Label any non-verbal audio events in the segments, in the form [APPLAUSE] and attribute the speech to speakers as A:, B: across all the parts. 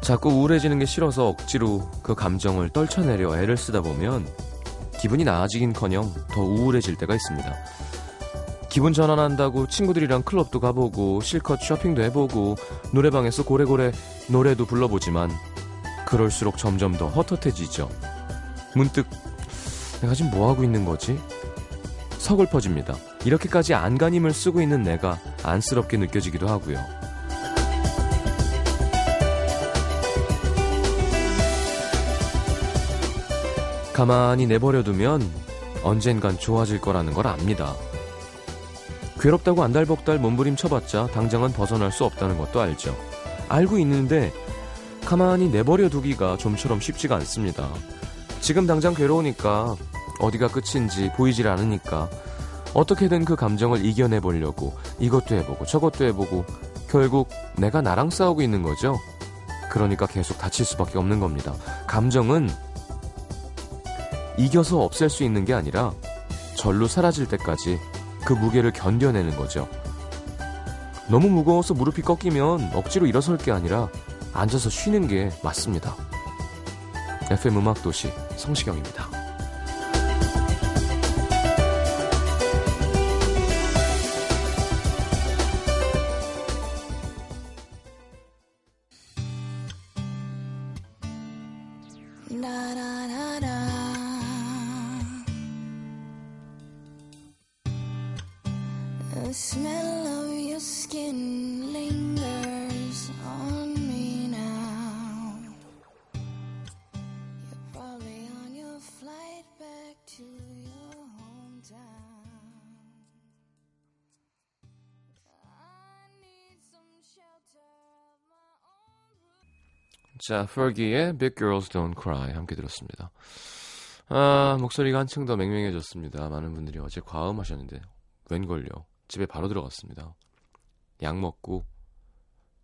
A: 자꾸 우울해지는 게 싫어서 억지로 그 감정을 떨쳐내려 애를 쓰다 보면 기분이 나아지긴커녕 더 우울해질 때가 있습니다. 기분 전환한다고 친구들이랑 클럽도 가보고 실컷 쇼핑도 해보고 노래방에서 고래고래 노래도 불러보지만 그럴수록 점점 더 헛헛해지죠. 문득 내가 지금 뭐 하고 있는 거지? 서글퍼집니다. 이렇게까지 안간힘을 쓰고 있는 내가 안쓰럽게 느껴지기도 하고요. 가만히 내버려두면 언젠간 좋아질 거라는 걸 압니다. 괴롭다고 안달복달 몸부림쳐봤자 당장은 벗어날 수 없다는 것도 알죠. 알고 있는데 가만히 내버려두기가 좀처럼 쉽지가 않습니다. 지금 당장 괴로우니까 어디가 끝인지 보이질 않으니까 어떻게든 그 감정을 이겨내 보려고 이것도 해보고 저것도 해보고 결국 내가 나랑 싸우고 있는 거죠. 그러니까 계속 다칠 수밖에 없는 겁니다. 감정은 이겨서 없앨 수 있는 게 아니라 절로 사라질 때까지 그 무게를 견뎌내는 거죠. 너무 무거워서 무릎이 꺾이면 억지로 일어설 게 아니라 앉아서 쉬는 게 맞습니다. FM 음악 도시 성시경입니다.
B: The smell of your skin lingers on me now. You're probably on your flight back to your hometown. I need some shelter of my own roof.
A: 자, Fergie의 Big Girls Don't Cry 함께 들었습니다. 아, 목소리가 한층 더 맹맹해졌습니다. 많은 분들이 어제 과음하셨는데 웬걸요. 집에 바로 들어갔습니다. 약 먹고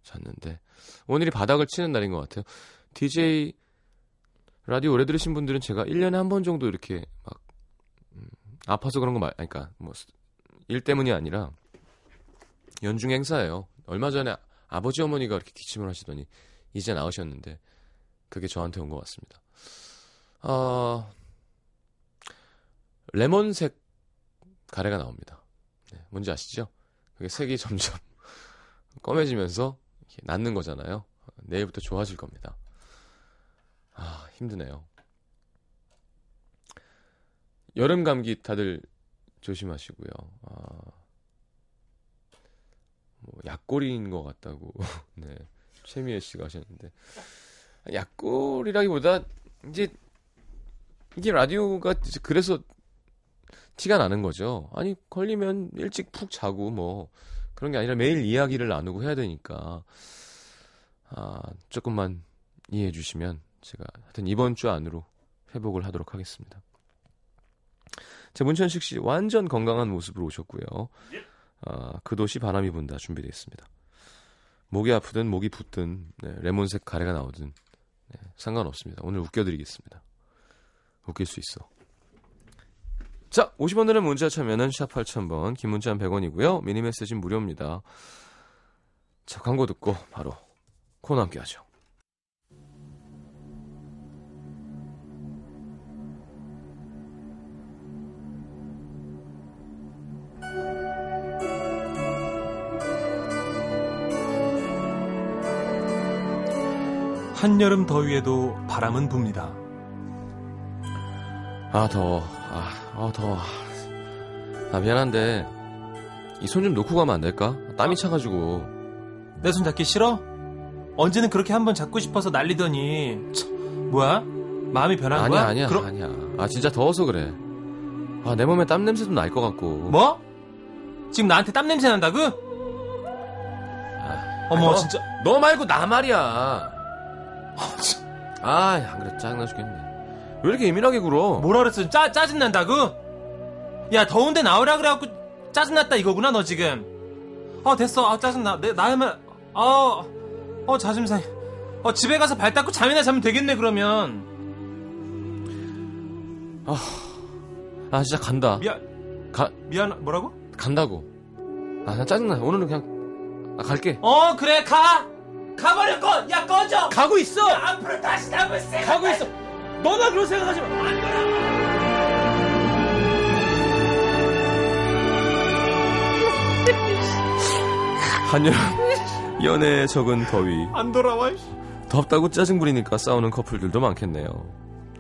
A: 잤는데 오늘이 바닥을 치는 날인 것 같아요. DJ 라디오 오래 들으신 분들은 제가 1년에 한 번 정도 이렇게 막 음, 아파서 그런 거 말, 아니, 그러니까 뭐 일 때문이 아니라 연중 행사예요. 얼마 전에 아버지 어머니가 이렇게 기침을 하시더니 이제 나으셨는데 그게 저한테 온 것 같습니다. 아 레몬색 가래가 나옵니다. 네, 뭔지 아시죠? 그게 색이 점점 [LAUGHS] 검해지면서 이렇게 낫는 거잖아요. 내일부터 좋아질 겁니다. 아 힘드네요. 여름 감기 다들 조심하시고요. 아, 뭐 약골인 것 같다고 [LAUGHS] 네, 최미애 씨가 하셨는데 약골이라기보다 이제 이게 라디오가 이제 그래서 티가 나는 거죠. 아니 걸리면 일찍 푹 자고 뭐 그런 게 아니라 매일 이야기를 나누고 해야 되니까 아 조금만 이해해 주시면 제가 하여튼 이번 주 안으로 회복을 하도록 하겠습니다. 자 문천식 씨 완전 건강한 모습으로 오셨고요. 아, 그 도시 바람이 분다 준비되어 있습니다. 목이 아프든 목이 붓든 네, 레몬색 가래가 나오든 네, 상관없습니다. 오늘 웃겨드리겠습니다. 웃길 수 있어. 자, 50원 드는 문자 참여는 샵 8000번, 긴 문자는 100원이고요. 미니 메시지는 무료입니다. 자, 광고 듣고 바로 코너 함께 하죠.
C: 한여름 더위에도 바람은 붑니다.
A: 아, 더워. 아, 아 더워. 아, 미안한데, 이 손 좀 놓고 가면 안 될까? 땀이 차가지고.
C: 내 손 잡기 싫어? 언제는 그렇게 한번 잡고 싶어서 날리더니 참, 뭐야? 마음이 변한
A: 아니야,
C: 거야?
A: 아니야,
C: 그럼
A: 아니야. 아, 진짜 더워서 그래. 아, 내 몸에 땀 냄새도 날 것 같고.
C: 뭐? 지금 나한테 땀 냄새 난다고? 어머
A: 아이고.
C: 진짜
A: 너 말고 나 말이야. 아, 안 그래. 짜증나 죽겠네. 왜 이렇게 예민하게 굴어?
C: 뭐라 그랬어? 짜 짜증 난다고? 야 더운데 나오라 그래갖고 짜증 났다 이거구나 너 지금. 아 됐어. 아 짜증 나. 내 나야말. 아어 자심 상해. 어 집에 가서 발 닦고 잠이나 자면 되겠네 그러면.
A: 아, 진짜 간다.
C: 미안
A: 가,
C: 미안 뭐라고?
A: 간다고. 아, 나 짜증나. 오늘은 그냥, 아, 갈게.
C: 어 그래 가 가버려 꺼! 야 꺼져!
D: 가고 있어!
C: 야, 앞으로 다시 남을 생각
D: 가고 있어! 너나 그런 생각하지 마!
A: 한여름 [LAUGHS] 연애의 적은 더위
C: 안 돌아와 씨.
A: 덥다고 짜증 부리니까 싸우는 커플들도 많겠네요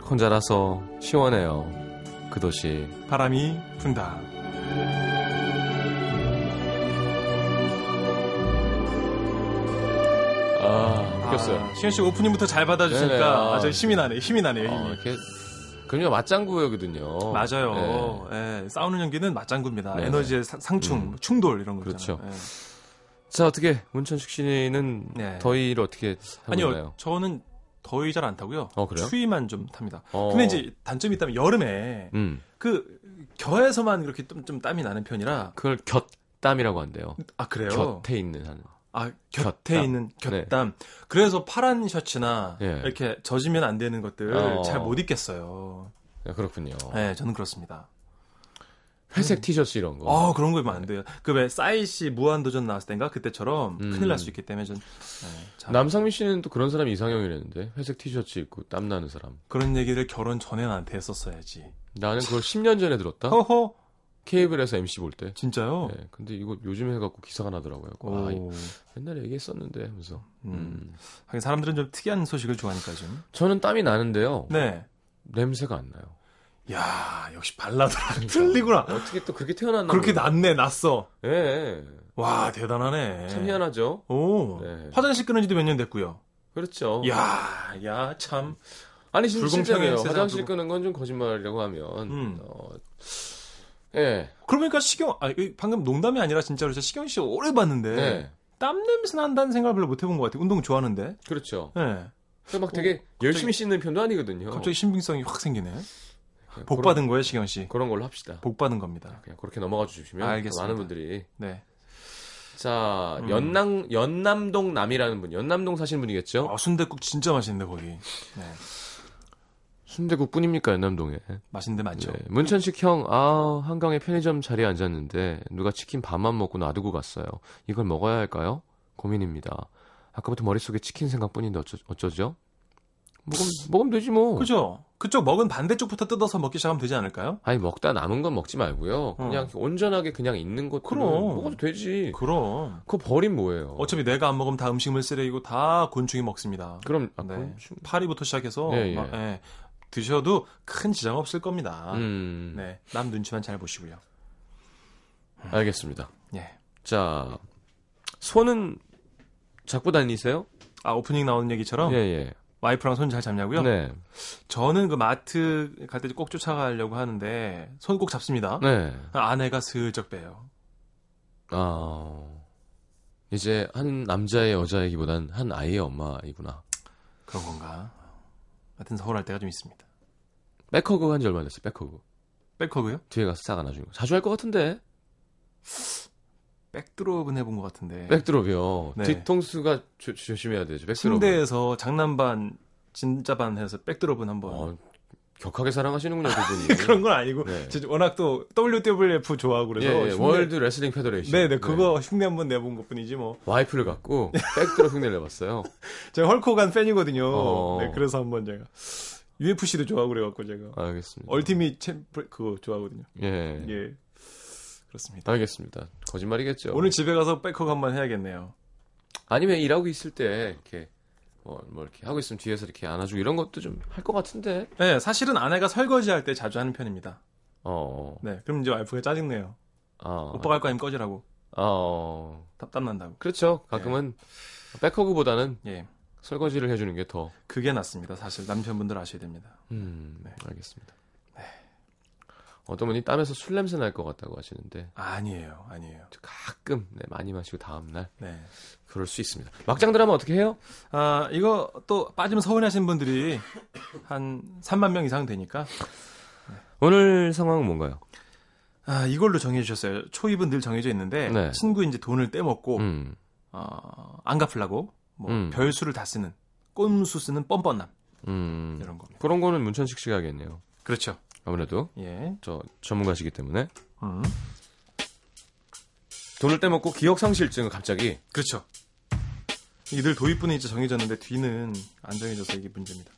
A: 혼자라서 시원해요 그 도시
C: 바람이 분다
A: 아 웃겼어요
C: 아, 시현 씨 오프닝부터 잘 받아주시니까
A: 네네, 아.
C: 아주 힘이 나네요 힘이 나네요 힘이
A: 어, 이렇게 그럼요 맞장구였거든요 네.
C: 맞아요. 예, 싸우는 연기는 맞장구입니다.
A: 네네.
C: 에너지의 사- 상충, 충돌 이런 거
A: 그렇죠.
C: 있잖아요. 예.
A: 자 어떻게 문천식 씨는
C: 네.
A: 더위를 어떻게 하고
C: 아니요,
A: 있나요?
C: 저는 더위 잘 안 타고요.
A: 어, 그래요?
C: 추위만 좀 탑니다.
A: 어.
C: 근데 이제 단점이 있다면 여름에
A: 음
C: 그 겨에서만 그렇게 좀, 좀 땀이 나는 편이라
A: 그걸 곁땀이라고 한대요.
C: 아 그래요?
A: 곁에 있는 한.
C: 아 곁에
A: 곁땀.
C: 있는 곁땀. 그래서 파란 셔츠나
A: 네. 예.
C: 이렇게 젖으면 안 되는 것들
A: 어.
C: 잘 못 입겠어요.
A: 네, 그렇군요.
C: 네, 저는 그렇습니다.
A: 회색 티셔츠 이런 거.
C: 아 그런 거 입으면 안 돼요. 그 왜 싸이 씨 무한도전 나왔을 땐가 그때처럼
A: 음.
C: 큰일 날 수 있기 때문에 전 네, 잘-
A: 남상민 씨는 또 그런 사람 이상형이랬는데 회색 티셔츠 입고 땀 나는 사람.
C: 그런 얘기를 결혼 전에 나한테 했었어야지.
A: 나는 그걸 10년 전에 들었다.
C: 허허
A: 케이블에서 MC 볼 때.
C: 진짜요?
A: 네, 근데 이거 요즘 해갖고 기사가 나더라고요.
C: 어. 오.
A: 아, 이- 옛날에 얘기했었는데 하면서.
C: 음.
A: 음.
C: 하긴 사람들은 좀 특이한 소식을 좋아하니까 좀.
A: 저는 땀이 나는데요.
C: 네.
A: 냄새가 안 나요.
C: 야 역시 발라드라
A: 그러니까.
C: 틀리구나.
A: 어떻게 또 그렇게 태어났나?
C: 아. 그렇게
A: 몰라요.
C: 났네 났어.
A: 예.
C: 와 대단하네.
A: 참 희한하죠.
C: 오
A: 네.
C: 화장실 끊은 지도 몇 년 됐고요.
A: 그렇죠.
C: 야, 야, 참.
A: 아니 진-
C: 불공평해요,
A: 진짜예요.
C: 세상
A: 화장실
C: 불공-
A: 끄는 건 좀 거짓말이라고 하면
C: 음.
A: 어, 예,
C: 그러니까 시경, 아, 이 방금 농담이 아니라 진짜로 제가 시경 씨 오래 봤는데
A: 네.
C: 땀 냄새 난다는 생각을 별로 못 해본 것 같아요. 운동 좋아하는데.
A: 그렇죠.
C: 네.
A: 그래서 막 되게 열심히 씻는 편도 아니거든요.
C: 갑자기 신빙성이 확 생기네.
A: 그냥
C: 복
A: 그런,
C: 받은 거예요, 시경 씨.
A: 그런 걸로 합시다.
C: 복 받은 겁니다.
A: 그냥 그렇게 넘어가 주시면
C: 알겠습니다.
A: 많은 분들이
C: 네.
A: 자
C: 음.
A: 연남 연남동 남이라는 분, 연남동 사시는 분이겠죠?
C: 아, 순대국 진짜 맛있는데 거기. 네.
A: 순대국뿐입니까 연남동에?
C: 맛있는데 맞죠?
A: 네. 문천식 형, 아 한강에 편의점 자리에 앉았는데 누가 치킨 반만 먹고 놔두고 갔어요. 이걸 먹어야 할까요? 고민입니다. 아까부터 머릿속에 치킨 생각뿐인데 어쩌, 어쩌죠? 먹으면, 먹으면 되지 뭐.
C: 그죠? 그쪽 먹은 반대쪽부터 뜯어서 먹기 시작하면 되지 않을까요?
A: 아니 먹다 남은 건 먹지 말고요. 그냥 온전하게 그냥 있는 것
C: 어. 그럼.
A: 먹어도 되지.
C: 그럼.
A: 그거 버린 뭐예요?
C: 어차피 내가 안 먹으면 다 음식물 쓰레기고 다 곤충이 먹습니다.
A: 그럼 아,
C: 네.
A: 그럼 좀-
C: 파리부터 시작해서
A: 예, 예.
C: 막, 예, 드셔도 큰 지장 없을 겁니다.
A: 음,
C: 네, 남 눈치만 잘 보시고요.
A: 알겠습니다.
C: 예.
A: 자 손은 잡고 다니세요?
C: 아 오프닝 나오는 얘기처럼
A: 예예.
C: 와이프랑 손 잘 잡냐고요?
A: 네.
C: 저는 그 마트 갈 때 꼭 쫓아가려고 하는데 손 꼭 잡습니다.
A: 네.
C: 아내가 슬쩍 빼요.
A: 아 이제 한 남자의 여자이기보단 한 아이의 엄마이구나.
C: 그런 건가? 하여튼 서운할 때가 좀 있습니다.
A: 백허그 한 지 얼마 안 됐어요. 백허그
C: 백허그요?
A: 뒤에 가서 싹 안아주는 거. 자주 할 것 같은데.
C: 백드롭은 해본 것 같은데.
A: 백드롭이요.
C: 네.
A: 뒤통수가 조, 조심해야 되죠. 아, 백드롭.
C: 침대에서 장난반, 진짜반 해서 백드롭은 한번.
A: 어, 격하게 사랑하시는군요 그분이.
C: [LAUGHS] 뭐. 그런 건 아니고
A: 네.
C: 진짜 워낙 또 WWF 좋아하고 그래서
A: 예, 예,
C: 흉내-
A: 월드 레슬링 페더레이션.
C: 네네 그거 흉내 한번 내본 것뿐이지 뭐
A: 와이프를
C: [LAUGHS]
A: 갖고 백드로 흉내를 내봤어요.
C: 제가 헐크호간 팬이거든요
A: 어.
C: 네, 그래서 한번 제가 UFC도 좋아하고 그래갖고 제가
A: 알겠습니다.
C: 얼티밋 챔프 그거 좋아하거든요
A: 예.
C: 예 그렇습니다
A: 알겠습니다. 거짓말이겠죠.
C: 오늘 집에 가서 백허그 한번 해야겠네요
A: 아니면 일하고 있을 때 이렇게 뭐, 뭐 이렇게 하고 있으면 뒤에서 이렇게 안아주고 이런 것도 좀 할 것 같은데.
C: 네 사실은 아내가 설거지할 때 자주 하는 편입니다
A: 어.
C: 네 그럼 이제 와이프가 짜증내요
A: 아.
C: 오빠 갈 거 아니면 꺼지라고
A: 어.
C: 답답난다고
A: 그렇죠. 가끔은
C: 네.
A: 백허그보다는
C: 예
A: 설거지를 해주는 게 더.
C: 그게 낫습니다 사실 남편분들 아셔야 됩니다
A: 음.
C: 네.
A: 알겠습니다. 어떤 분이 땀에서 술 냄새 날 것 같다고 하시는데
C: 아니에요 아니에요
A: 가끔 네, 많이 마시고 다음 날
C: 네
A: 그럴 수 있습니다. 막장 드라마 어떻게 해요?
C: 아, 이거 또 빠지면 서운하신 분들이 한 3만 명 이상 되니까
A: 오늘 상황은 뭔가요?
C: 아, 이걸로 정해 주셨어요. 초입은 늘 정해져 있는데
A: 네.
C: 친구 이제 돈을 떼먹고
A: 음.
C: 어, 안 갚으려고 뭐
A: 음.
C: 별수를 다 쓰는 꼼수 쓰는 뻔뻔남
A: 음.
C: 이런 겁니다.
A: 그런 거는 문천식 씨가 하겠네요.
C: 그렇죠.
A: 아무래도
C: 예.
A: 저 전문가시기 때문에
C: 음.
A: 돈을 떼먹고 기억 상실증 어, 갑자기
C: 그렇죠. 이게 늘 도입부는 이제 정해졌는데 뒤는 안 정해져서 이게 문제입니다.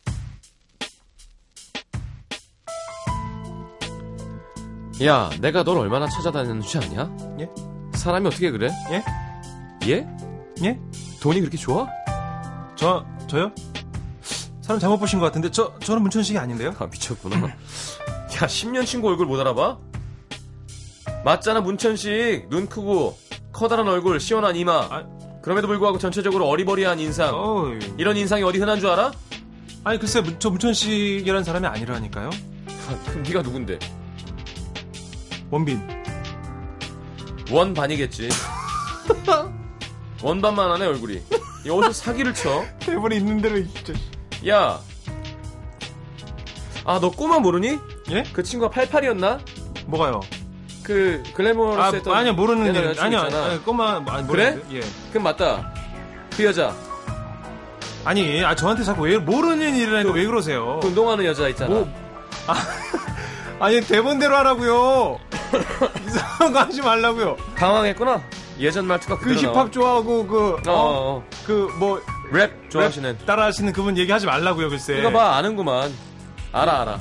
E: 야, 내가 널 얼마나 찾아다녔는지 아냐?
C: 예?
E: 사람이 어떻게 그래?
C: 예?
E: 예?
C: 예?
E: 돈이 그렇게 좋아?
C: 저 저요? 사람 잘못 보신 것 같은데 저 저는 문천식이 아닌데요?
E: 아, 미쳤구나. 야, 10년 친구 얼굴 못 알아봐? 맞잖아, 문천식. 눈 크고, 커다란 얼굴, 시원한 이마.
C: 아.
E: 그럼에도 불구하고 전체적으로 어리버리한 인상.
C: 어
E: 이런 인상이 어디 흔한 줄 알아?
C: 아니 글쎄 문- 저 문천식이라는 사람이 아니라니까요.
E: 그럼 네가 누군데?
C: 원빈. [LAUGHS]
E: 원반이겠지. 원반만 하네, 얼굴이. 야, 어디서 사기를 쳐?
C: 대본에 있는 대로 진짜.
E: 야. 아, 너 꼬마 모르니?
C: 예?
E: 그 친구가 88이었나?
C: 뭐가요?
E: 그 글래머러스
C: 아
E: 했던
C: 아니요 모르는
E: 옛날
C: 일
E: 여자친구
C: 아니요
E: 있잖아.
C: 아니, 꼬마 아니,
E: 그래?
C: 모르는데, 예.
E: 그럼 맞다. 그 여자.
C: 아니 아 저한테 자꾸 왜 모르는 일이라니까 왜 그러세요?
E: 그 운동하는 여자 있잖아.
C: 뭐 아, 아니 대본대로
E: [LAUGHS]
C: 하라고요. 이상한 거 하지 말라고요.
E: 당황했구나. 예전 말투가
C: 그
E: 그대로
C: 힙합 좋아하고
E: 나와.
C: 그그뭐
E: 어, 어, 어. 랩 좋아하시는.
C: 따라하시는 네. 그분 얘기하지 말라고요 글쎄.
E: 이거 봐 아는구만. 알아 알아.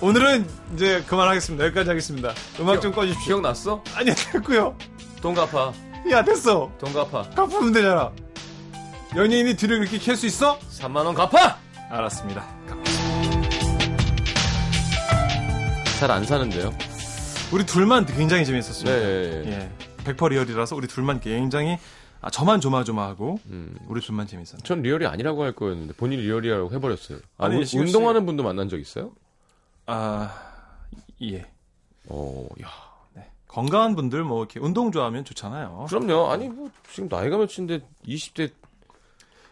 C: 오늘은 이제 그만하겠습니다. 여기까지 하겠습니다. 음악 좀 꺼주십시오.
E: 기억났어?
C: 아니 됐고요.
E: 돈 갚아.
C: 야 됐어.
E: 돈 갚아.
C: 갚으면 되잖아. 연예인이 뒤를 그렇게 캘 수 있어?
E: 3만 원 갚아.
C: 알았습니다.
E: 잘 안 사는데요.
C: 우리 둘만 굉장히 재밌었습니다.
E: 네.
C: 예. 100% 리얼이라서 우리 둘만 굉장히 아, 저만 조마조마하고
E: 음.
C: 우리 둘만 재밌었네.
E: 전 리얼이 아니라고 할 거였는데 본인 리얼이라고 해버렸어요. 아,
C: 아니,
E: 운-
C: 지금 씨-
E: 운동하는 분도 만난 적 있어요?
C: 아 예.
E: 어, 야.
C: 건강한 분들 뭐 이렇게 운동 좋아하면 좋잖아요.
E: 그럼요. 아니 뭐 지금 나이가 몇인데 20대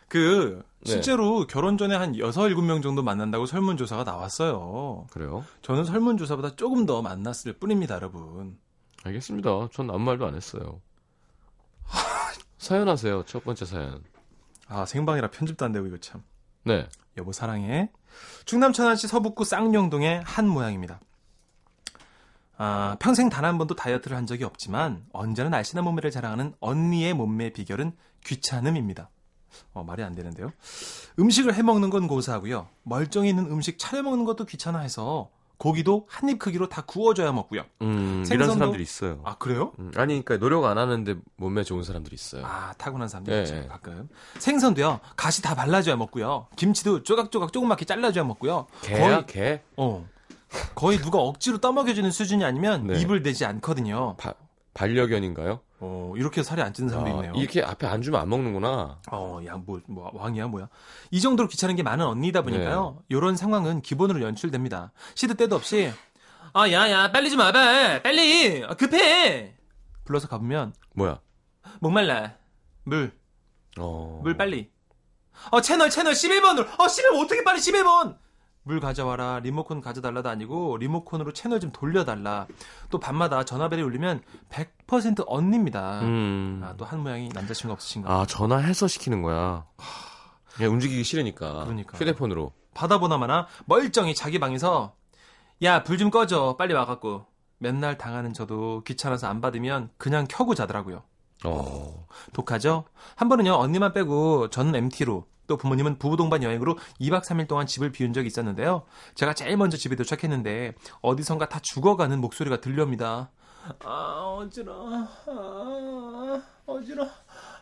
C: 그
E: 네.
C: 실제로 결혼 전에 한 6, 7명 정도 만난다고 설문조사가 나왔어요.
E: 그래요?
C: 저는 설문조사보다 조금 더 만났을 뿐입니다, 여러분.
E: 알겠습니다. 전 아무 말도 안 했어요. [LAUGHS] 사연 하세요. 첫 번째 사연.
C: 아, 생방이라 편집도 안 되고 이거 참.
E: 네.
C: 여보 사랑해. 충남 천안시 서북구 쌍용동의 한 모양입니다. 아, 평생 단 한 번도 다이어트를 한 적이 없지만 언제나 날씬한 몸매를 자랑하는 언니의 몸매 비결은 귀찮음입니다. 어, 말이 안 되는데요. 음식을 해 먹는 건 고사하고요. 멀쩡히 있는 음식 차려 먹는 것도 귀찮아해서 고기도 한 입 크기로 다 구워줘야 먹고요.
E: 음,
C: 생선도-
E: 이런 사람들이 있어요.
C: 아, 그래요?
E: 음, 아니, 그러니까 노력 안 하는데 몸매 좋은 사람들이 있어요.
C: 아, 타고난 사람들
E: 예,
C: 있죠,
E: 예.
C: 가끔. 생선도요, 가시 다 발라줘야 먹고요. 김치도 조각조각 조그맣게 잘라줘야 먹고요.
E: 개야, 개?
C: 어. 거의 누가 억지로 떠먹여주는 수준이 아니면
E: 네.
C: 입을 대지 않거든요.
E: 바- 반려견인가요?
C: 어, 이렇게 살이 안 찌는 사람도
E: 아,
C: 있네요.
E: 이렇게 앞에 안 주면 안 먹는구나.
C: 어, 야, 뭐, 뭐, 왕이야, 뭐야. 이 정도로 귀찮은 게 많은 언니다 보니까요.
E: 네.
C: 이런 상황은 기본으로 연출됩니다. 시도 때도 없이, 아, 야, 야, 빨리 좀 와봐. 빨리! 아, 급해! 불러서 가보면,
E: 뭐야?
C: 목말라. 물,
E: 어.
C: 물 빨리. 어, 채널, 채널 11번으로. 어, 11번 어떻게 빨리 11번! 물 가져와라. 리모컨 가져달라도 아니고, 리모컨으로 채널 좀 돌려달라. 또 밤마다 전화벨이 울리면 100% 언니입니다.
E: 음.
C: 아, 또 한 모양이 남자친구 없으신가?
E: 아, 전화해서 시키는 거야. 그냥 움직이기 싫으니까.
C: 그러니까.
E: 휴대폰으로.
C: 받아보나마나 멀쩡히 자기 방에서 야 불 좀 꺼줘 빨리 와갖고 맨날 당하는 저도 귀찮아서 안 받으면 그냥 켜고 자더라고요
E: 어.
C: 독하죠? 한 번은요 언니만 빼고 저는 MT로 또 부모님은 부부 동반 여행으로 2박 3일 동안 집을 비운 적이 있었는데요 제가 제일 먼저 집에 도착했는데 어디선가 다 죽어가는 목소리가 들려옵니다 아 어지러워 아, 어지러워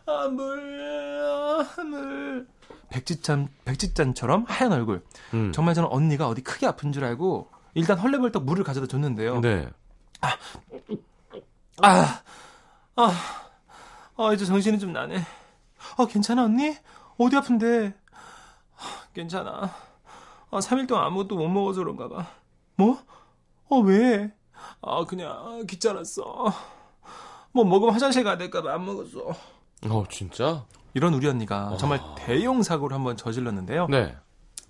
C: 아, 물, 아, 물. 백지잔, 백지잔처럼 하얀 얼굴.
E: 음.
C: 정말 저는 언니가 어디 크게 아픈 줄 알고 일단 헐레벌떡 물을 가져다 줬는데요.
E: 네.
C: 아, 아, 아 이제 정신이 좀 나네. 어 괜찮아 언니? 어디 아픈데? 아, 괜찮아. 아 3일 동안 아무것도 못 먹어서 그런가 봐. 뭐? 어 왜? 아 그냥 귀찮았어. 뭐 먹으면 화장실 가야 될까 봐 안 먹었어.
E: 어, 진짜?
C: 이런 우리 언니가 정말
E: 아.
C: 대형 사고를 한번 저질렀는데요.
E: 네.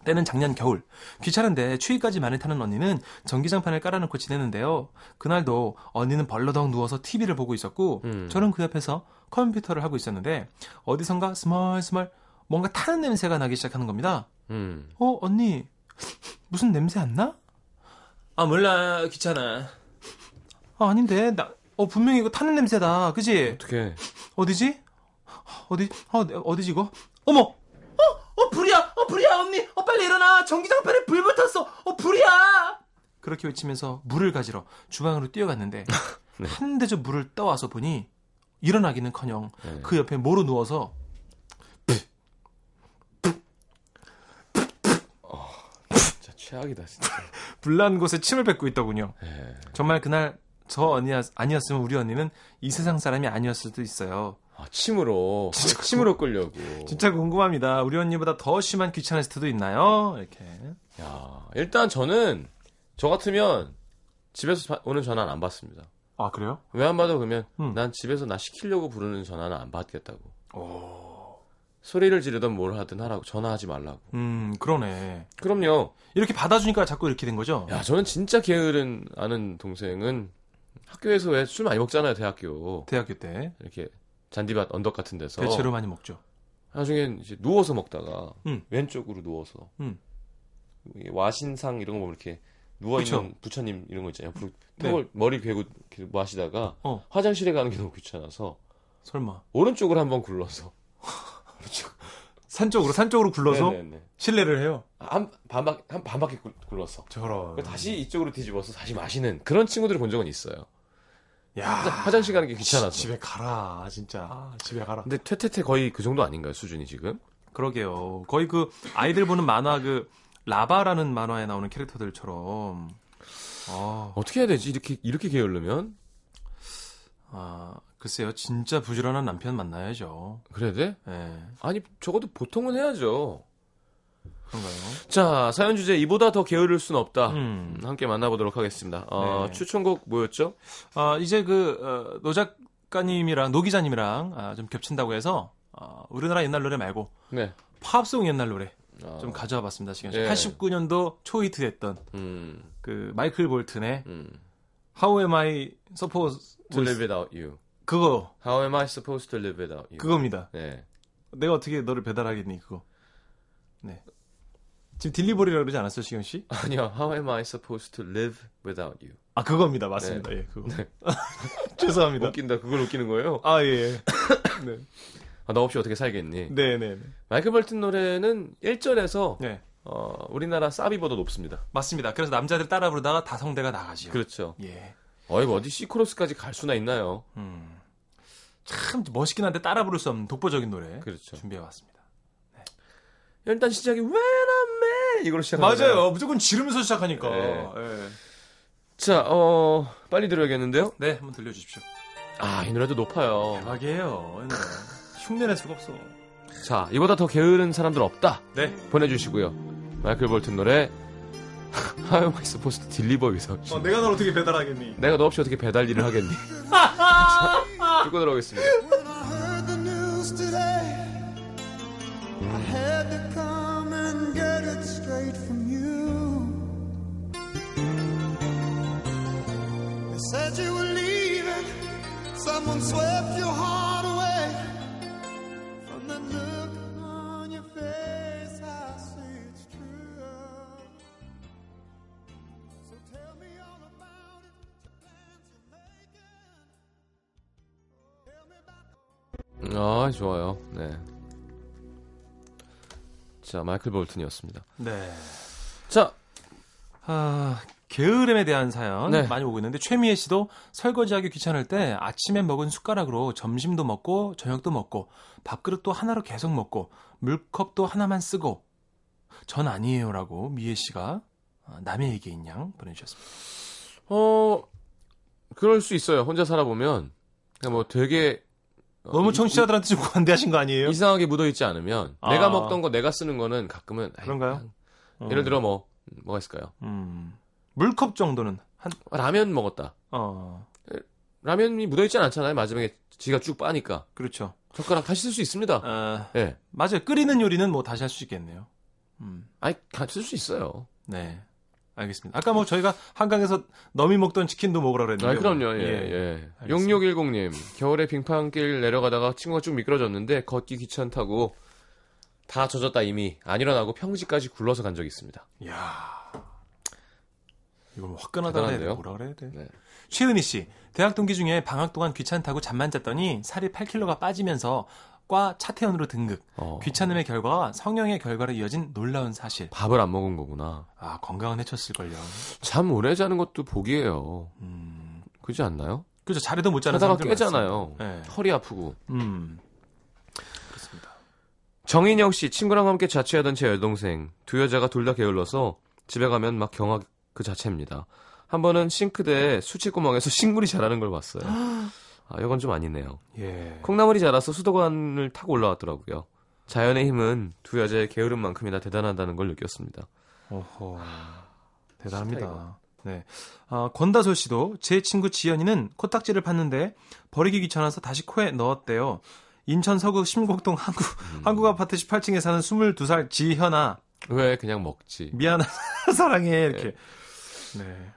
C: 때는 작년 겨울. 귀찮은데 추위까지 많이 타는 언니는 전기장판을 깔아놓고 지내는데요. 그날도 언니는 벌러덩 누워서 TV를 보고 있었고,
E: 음.
C: 저는 그 옆에서 컴퓨터를 하고 있었는데, 어디선가 스멀스멀 뭔가 타는 냄새가 나기 시작하는 겁니다.
E: 음.
C: 어, 언니, 무슨 냄새 안 나? 아, 몰라. 귀찮아. 아, 아닌데. 나, 어, 분명히 이거 타는 냄새다. 그지?
E: 어떻게
C: 어디지? 어디 어, 어디지 이거? 어머! 어, 어 불이야! 어 불이야 언니! 어 빨리 일어나! 전기장판에 불 붙었어! 어 불이야! 그렇게 외치면서 물을 가지러 주방으로 [LAUGHS] 뛰어갔는데 한 대저 물을 떠와서 보니 일어나기는커녕
E: 네.
C: 그 옆에 모로 누워서
E: 진짜 최악이다 진짜. [LAUGHS]
C: 불난 곳에 침을 뱉고 있더군요.
E: 예.
C: 정말 그날 저 언니 아니었으면 우리 언니는 이 세상 사람이 아니었을 수도 있어요.
E: 아, 침으로 아, 침으로 끌려고.
C: 진짜 궁금합니다. 우리 언니보다 더 심한 귀차니스트도 있나요? 이렇게.
E: 야, 일단 저는 저 같으면 집에서 자- 오는 전화는 안 받습니다.
C: 아 그래요?
E: 왜 안 받아 그러면
C: 음.
E: 난 집에서 나 시키려고 부르는 전화는 안 받겠다고.
C: 오.
E: 어. 소리를 지르든 뭘 하든 하라고 전화하지 말라고.
C: 음 그러네.
E: 그럼요.
C: 이렇게 받아주니까 자꾸 이렇게 된 거죠?
E: 야, 저는 진짜 게으른 아는 동생은 학교에서 왜 술 많이 먹잖아요, 대학교.
C: 대학교 때
E: 이렇게 잔디밭 언덕 같은 데서.
C: 대체로 많이 먹죠.
E: 나중에 이제 누워서 먹다가
C: 음.
E: 왼쪽으로 누워서
C: 음.
E: 이게 와신상 이런 거 보면 이렇게 누워 있는 부처님 이런 거 있잖아요. 옆으로
C: 네.
E: 턱을 머리 괴고 이렇게 마시다가
C: 어.
E: 화장실에 가는 게 너무 귀찮아서
C: 설마
E: 오른쪽을 한번 굴러서
C: 산 쪽으로 산 쪽으로 굴러서
E: 네네네.
C: 실례를 해요.
E: 한 반박 한 반바퀴 굴- 굴러서
C: 저런.
E: 다시 이쪽으로 뒤집어서 다시 마시는 그런 친구들을 본 적은 있어요.
C: 야
E: 화장- 화장실 가는 게 귀찮아서.
C: 지- 집에 가라 진짜 아, 집에 가라.
E: 근데 퇴퇴퇴 거의 그 정도 아닌가요 수준이 지금?
C: 그러게요. 거의 그 아이들 보는 만화 그 라바라는 만화에 나오는 캐릭터들처럼. 아,
E: 어떻게 해야 되지 이렇게 이렇게 게으르면
C: 아, 글쎄요. 진짜 부지런한 남편 만나야죠.
E: 그래야 돼?
C: 예.
E: 아니 적어도 보통은 해야죠.
C: 그런가요?
E: 자 사연 주제 이보다 더 게으를 순 없다.
C: 음.
E: 음, 함께 만나보도록 하겠습니다. 어,
C: 네.
E: 추천곡 뭐였죠?
C: 아, 이제 그, 어, 노 작가님이랑 노 기자님이랑 아, 좀 겹친다고 해서 아, 우리나라 옛날 노래 말고
E: 네. 팝송
C: 팝송 옛날 노래
E: 어,
C: 좀 가져와 봤습니다. 시간
E: 예.
C: 89년도 초히트 됐던
E: 음,
C: 그 마이클 볼튼의
E: 음.
C: How am I supposed to
E: To live without you.
C: 그거
E: How am I supposed to live without you?
C: 그겁니다.
E: 네. [LAUGHS]
C: 내가 어떻게 너를 배달하겠니 그거. 네. 지금 딜리버리라고 그러지 않았어요, 시경 씨?
E: 아니요. How am I supposed to live without you?
C: 아, 그겁니다. 맞습니다.
E: 네.
C: 예, 그거. [LAUGHS] 죄송합니다.
E: 웃긴다. 그걸 웃기는 거예요?
C: 아, 예. 예.
E: 아, 너 없이 어떻게 살겠니?
C: 네, 네, 네.
E: 마이클 벌튼 노래는 1절에서
C: 네.
E: 어, 우리나라 사비보다 높습니다.
C: 맞습니다. 그래서 남자들 따라 부르다가 다성대가 나가지요.
E: 그렇죠.
C: 예.
E: 어이 어디 시크로스까지 갈 수나 있나요?
C: 음. 참 멋있긴 한데 따라 부를 수 없는 독보적인 노래
E: 그렇죠.
C: 준비해 왔습니다.
E: 일단 시작이 When I'm mad 이걸로 시작합니다.
C: 무조건 지르면서 시작하니까.
E: 예.
C: 예.
E: 자, 어, 빨리 들어야겠는데요.
C: 네, 한번 들려 주십시오.
E: 아, 이 노래도 높아요.
C: 대박이에요. 이 노래. 흉내낼 수가 없어.
E: 자, 이보다 더 게으른 사람들 없다.
C: 네.
E: 보내주시고요. 마이클 볼튼 노래 [LAUGHS] How am I supposed to deliver without you?
C: 내가 널 어떻게 배달하겠니?
E: 내가 너 없이 어떻게 배달 일을 하겠니? [LAUGHS] 자, 듣고 들어오겠습니다.
F: When I heard the news today, I had to come and get it straight from you. They said you were leaving, someone swept your heart away. From the look on your face, I see it's true. So tell me all about it, the plans you're making. Tell me about
E: 아, 좋아요. 네. 자, 마이클 볼튼이었습니다.
C: 네.
E: 자,
C: 아, 게으름에 대한 사연
E: 네.
C: 많이 오고 있는데 최미애 씨도 설거지하기 귀찮을 때 아침에 먹은 숟가락으로 점심도 먹고 저녁도 먹고 밥그릇도 하나로 계속 먹고 물컵도 하나만 쓰고 전 아니에요라고 미애 씨가 아, 남의 얘기인 양 보내주셨습니다.
E: 어, 그럴 수 있어요. 혼자 살아보면. 그냥 뭐 되게. 어,
C: 너무
E: 이-
C: 청취자들한테 좀 관대하신 거 아니에요?
E: 이- 이상하게 묻어있지 않으면.
C: 아.
E: 내가 먹던 거, 내가 쓰는 거는 가끔은. 아이,
C: 그런가요?
E: 그냥
C: 어.
E: 예를 들어 뭐, 뭐가 있을까요? 아,
C: 음, 물컵 정도는 한
E: 라면 먹었다.
C: 어,
E: 라면이 묻어있진 않잖아요. 마지막에 지가 쭉 빠니까.
C: 그렇죠.
E: 젓가락 다시 쓸 수 있습니다.
C: 아,
E: 예.
C: 맞아요. 끓이는 요리는 뭐 다시 할 수 있겠네요. 음.
E: 아니, 다 쓸 수 있어요.
C: 네. 알겠습니다. 아까 뭐 저희가 한강에서 너미 먹던 치킨도 먹으라 그랬는데. 뭐,
E: 아, 그럼요. 예,
C: 알겠습니다.
E: 예. 6610님. 겨울에 빙판길 내려가다가 친구가 쭉 미끄러졌는데 걷기 귀찮다고 다 젖었다 이미 안 일어나고 평지까지 굴러서 간 적이 있습니다.
C: 야. 이건 화끈하다 해야 돼.
E: 대단한데요?
C: 뭐라 그래야 돼.
E: 네.
C: 최은희 씨. 대학 동기 중에 방학 동안 귀찮다고 잠만 잤더니 살이 8kg가 빠지면서 과 차태현으로 등극.
E: 어,
C: 귀찮음의 결과와 성형의 결과로 이어진 놀라운 사실.
E: 밥을 안 먹은 거구나.
C: 아, 건강은 해쳤을걸요.
E: 잠 오래 자는 것도 복이에요.
C: 음.
E: 그렇지 않나요?
C: 그죠. 자리도 못 자는
E: 자다가
C: 사람들
E: 깨잖아요.
C: 많습니다. 예.
E: 허리 아프고.
C: 음. 그렇습니다.
E: 정인영 씨 친구랑 함께 자취하던 제 여동생 두 여자가 둘 다 게을러서 집에 가면 막 경악 그 자체입니다. 한 번은 싱크대에 수치구멍에서 [LAUGHS] 식물이 자라는 걸 봤어요. 아, 이건 좀 아니네요.
C: 예.
E: 콩나물이 자라서 수도관을 타고 올라왔더라고요. 자연의 힘은 두 여자의 게으름만큼이나 대단하다는 걸 느꼈습니다.
C: 오호.
E: 스타일이구나.
C: 대단합니다. 네. 아, 권다솔 씨도 제 친구 지연이는 코딱지를 팠는데 버리기 귀찮아서 다시 코에 넣었대요. 인천 서구 심곡동 한국
E: 음.
C: 한국 아파트 18층에 사는 22살 지현아
E: 왜 그냥 먹지?
C: 미안하 [LAUGHS] 사랑해 이렇게 네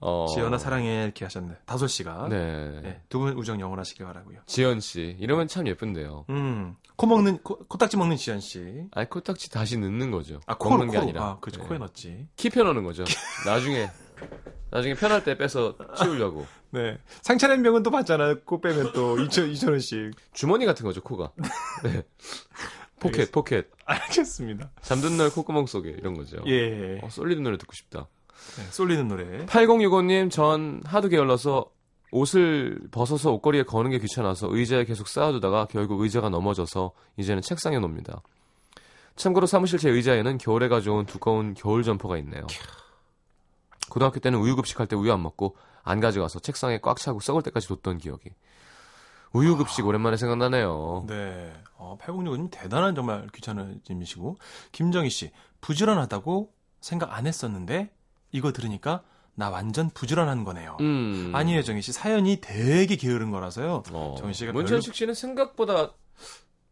E: 어,
C: 지현아 사랑해 이렇게 하셨네 다솔 씨가
E: 네.
C: 두 분 우정 영원하시길 바라고요.
E: 지연 씨 이러면 참 예쁜데요.
C: 음코 먹는 코, 코딱지 먹는 지현 씨.
E: 아이 코딱지 다시 넣는 거죠.
C: 아 코로
E: 먹는 게
C: 코로.
E: 아니라
C: 아, 그죠
E: 네.
C: 코에 넣었지.
E: 키펴 넣는 거죠. 나중에 나중에 편할 때 빼서 치우려고
C: 네 상처낸 병은 또 봤잖아요. 코 빼면 또 [LAUGHS] 2천 2천 원씩.
E: 주머니 같은 거죠 코가. 네. 포켓
C: 알겠습니다.
E: 포켓
C: 알겠습니다.
E: 잠든 날 콧구멍 속에 이런 거죠.
C: 예.
E: 어, 솔리드 노래 듣고 싶다.
C: 네, 쏠리는 노래.
E: 8065님 전 하도 게을러서 옷을 벗어서 옷걸이에 거는 게 귀찮아서 의자에 계속 쌓아두다가 결국 의자가 넘어져서 이제는 책상에 놓습니다. 참고로 사무실 제 의자에는 겨울에 가져온 두꺼운 겨울 점퍼가 있네요. 고등학교 때는 우유 급식할 때 우유 안 먹고 안 가져가서 책상에 꽉 차고 썩을 때까지 뒀던 기억이. 우유 급식 오랜만에 생각나네요.
C: 네. 어, 806님 대단한 정말 귀찮으심이시고 김정희 씨 부지런하다고 생각 안 했었는데 이거 들으니까 나 완전 부지런한 거네요.
E: 음.
C: 아니에요, 정희 씨. 사연이 되게 게으른 거라서요.
E: 어.
C: 정희 씨가
E: 문천식 씨는 생각보다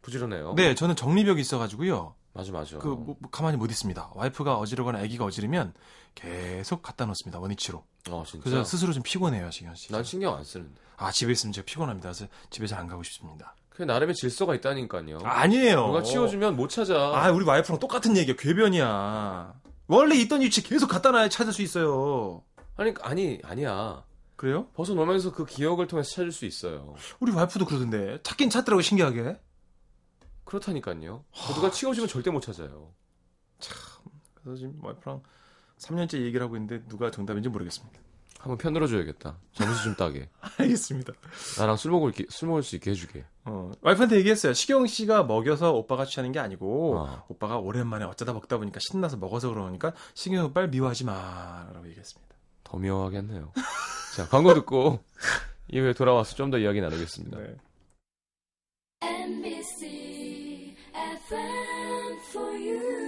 E: 부지런해요.
C: 네, 저는 정리벽이 있어가지고요.
E: 맞아 맞아.
C: 그, 뭐, 뭐 가만히 못 있습니다. 와이프가 어지르거나 아기가 어지르면 계속 갖다 놓습니다. 원위치로.
E: 어, 진짜.
C: 그래서 스스로 좀 피곤해요, 지금 씨.
E: 난 신경 안 쓰는데.
C: 아, 집에 있으면 제가 피곤합니다. 그래서 집에 잘 안 가고 싶습니다.
E: 그게 나름의 질서가 있다니까요.
C: 아, 니에요
E: 어? 누가 치워주면 못 찾아.
C: 아, 우리 와이프랑 똑같은 얘기야. 괴변이야. 원래 있던 위치 계속 갖다 놔야 찾을 수 있어요.
E: 아니, 아니, 아니야.
C: 그래요?
E: 벗어놓으면서 그 기억을 통해서 찾을 수 있어요.
C: 우리 와이프도 그러던데. 찾긴 찾더라고, 신기하게.
E: 그렇다니까요. 누가 치워주면 절대 못 찾아요.
C: 그래서 지금 와이프랑 3년째 얘기를 하고 있는데 누가 정답인지 모르겠습니다. [LAUGHS]
E: 한번 편들어줘야겠다. 점수 좀 따게.
C: 알겠습니다.
E: 나랑 술 먹을, 기- 술 먹을 수 있게 해주게.
C: 어, 와이프한테 얘기했어요. 식용 씨가 먹여서 오빠가 취하는 게 아니고
E: 어.
C: 오빠가 오랜만에 어쩌다 먹다 보니까 신나서 먹어서 그러니까 식용 오빠를 미워하지 마라고 얘기했습니다.
E: 더 미워하겠네요. 자, 광고 듣고 [LAUGHS] 이후에 돌아와서 좀 더 이야기 나누겠습니다.
C: 네.
B: NBC FM for you.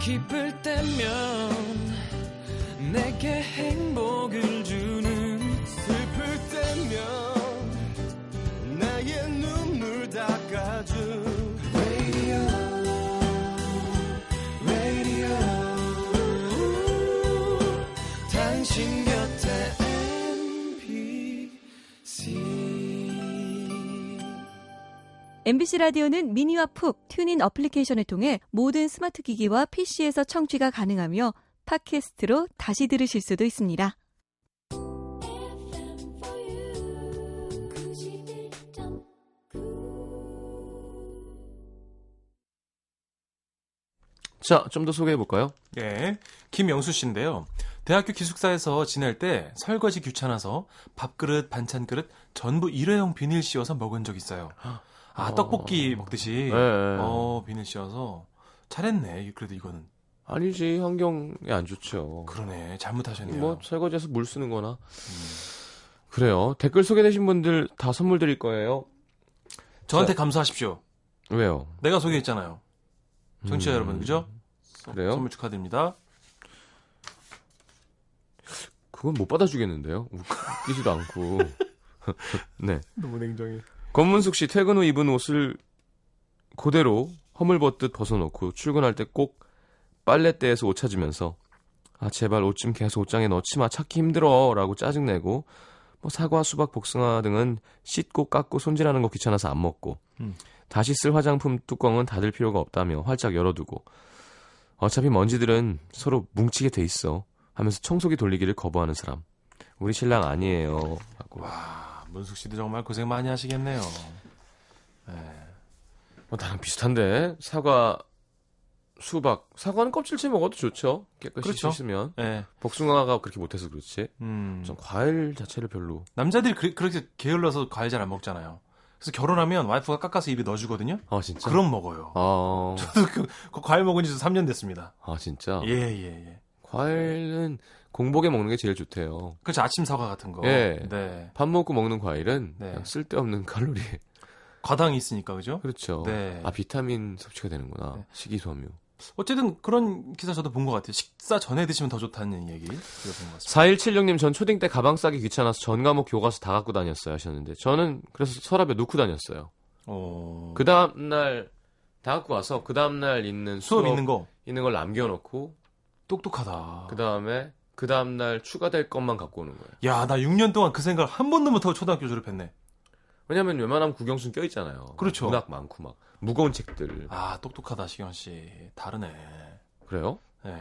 A: 기쁠 때면 내게 행복을 주는
F: 슬플 때면 나의 눈물 닦아줘
A: Radio, radio. 당신 곁에 MBC
G: MBC 라디오는 미니와 푹 튜닝 어플리케이션을 통해 모든 스마트 기기와 PC에서 청취가 가능하며 팟캐스트로 다시 들으실 수도 있습니다.
B: FM for you. 91.9.
E: 자, 좀 더 소개해볼까요?
C: 예. 김영수 씨인데요. 대학교 기숙사에서 지낼 때 설거지 귀찮아서 밥그릇, 반찬그릇 전부 일회용 비닐 씌워서 먹은 적 있어요. 아,
E: 어.
C: 떡볶이 먹듯이.
E: 예, 예.
C: 어, 비닐 씌워서. 잘했네. 그래도 이거는.
E: 아니지, 환경에 안 좋죠.
C: 그러네. 잘못하셨네요.
E: 뭐 설거지해서 물 쓰는 거나 음. 그래요 댓글 소개되신 분들 다 선물 드릴 거예요
C: 저한테 감사하십시오.
E: 왜요
C: 내가 소개했잖아요. 청취자
E: 음.
C: 여러분, 그죠?
E: 그래요?
C: 선물 축하드립니다.
E: 그건 못 받아주겠는데요 웃기지도 않고 [LAUGHS] 네
C: 너무 냉정해.
E: 권문숙 씨 퇴근 후 입은 옷을 그대로 허물벗듯 벗어놓고 출근할 때 꼭 빨래대에서 옷 찾으면서 아 제발 옷 좀 계속 옷장에 넣지 마 찾기 힘들어라고 짜증내고 뭐 사과 수박 복숭아 등은 씻고 깎고 손질하는 거 귀찮아서 안 먹고
C: 음.
E: 다시 쓸 화장품 뚜껑은 닫을 필요가 없다며 활짝 열어두고 어차피 먼지들은 서로 뭉치게 돼 있어 하면서 청소기 돌리기를 거부하는 사람. 우리 신랑 아니에요. 라고.
C: 와, 아, 문숙 씨도 정말 고생 많이 하시겠네요.
E: 어, 나랑 비슷한데 사과, 수박. 사과는 껍질째 먹어도 좋죠. 깨끗이
C: 그렇죠.
E: 씻으면.
C: 예.
E: 복숭아가 그렇게 못해서 그렇지.
C: 음.
E: 전 과일 자체를 별로.
C: 남자들이 그, 그렇게 게을러서 과일 잘 안 먹잖아요. 그래서 결혼하면 와이프가 깎아서 입에 넣어주거든요.
E: 아 진짜.
C: 그럼 먹어요.
E: 아,
C: 저도 [LAUGHS] 그, 그 과일 먹은 지 3년 됐습니다.
E: 아 진짜.
C: 예, 예, 예.
E: 과일은 공복에 먹는 게 제일 좋대요.
C: 그렇죠. 아침 사과 같은 거.
E: 예.
C: 네.
E: 밥 먹고 먹는 과일은
C: 네.
E: 그냥 쓸데없는 [LAUGHS] 칼로리.
C: 과당이 있으니까, 그죠?
E: 그렇죠.
C: 네.
E: 아 비타민 섭취가 되는구나.
C: 네.
E: 식이섬유.
C: 어쨌든 그런 기사 저도 본 것 같아요. 식사 전에 드시면 더 좋다는 얘기. 제가 본것 같습니다.
E: 4176님 전 초딩 때 가방 싸기 귀찮아서 전 과목 교과서 다 갖고 다녔어요 하셨는데 저는 그래서 서랍에 놓고 다녔어요.
C: 어...
E: 그 다음 날 다 갖고 와서 그 다음 날 있는
C: 수업
E: 수업
C: 있는 거
E: 있는 걸 남겨놓고
C: 똑똑하다.
E: 그 다음에 그 다음 날 추가될 것만 갖고 오는 거예요.
C: 야, 나 6년 동안 그 생각을 한 번도 못하고 초등학교 졸업했네.
E: 왜냐면 웬만하면 구경순 껴있잖아요.
C: 그렇죠.
E: 문학 많고 막 무거운 책들.
C: 아, 똑똑하다, 시경 씨. 다르네.
E: 그래요?
C: 네.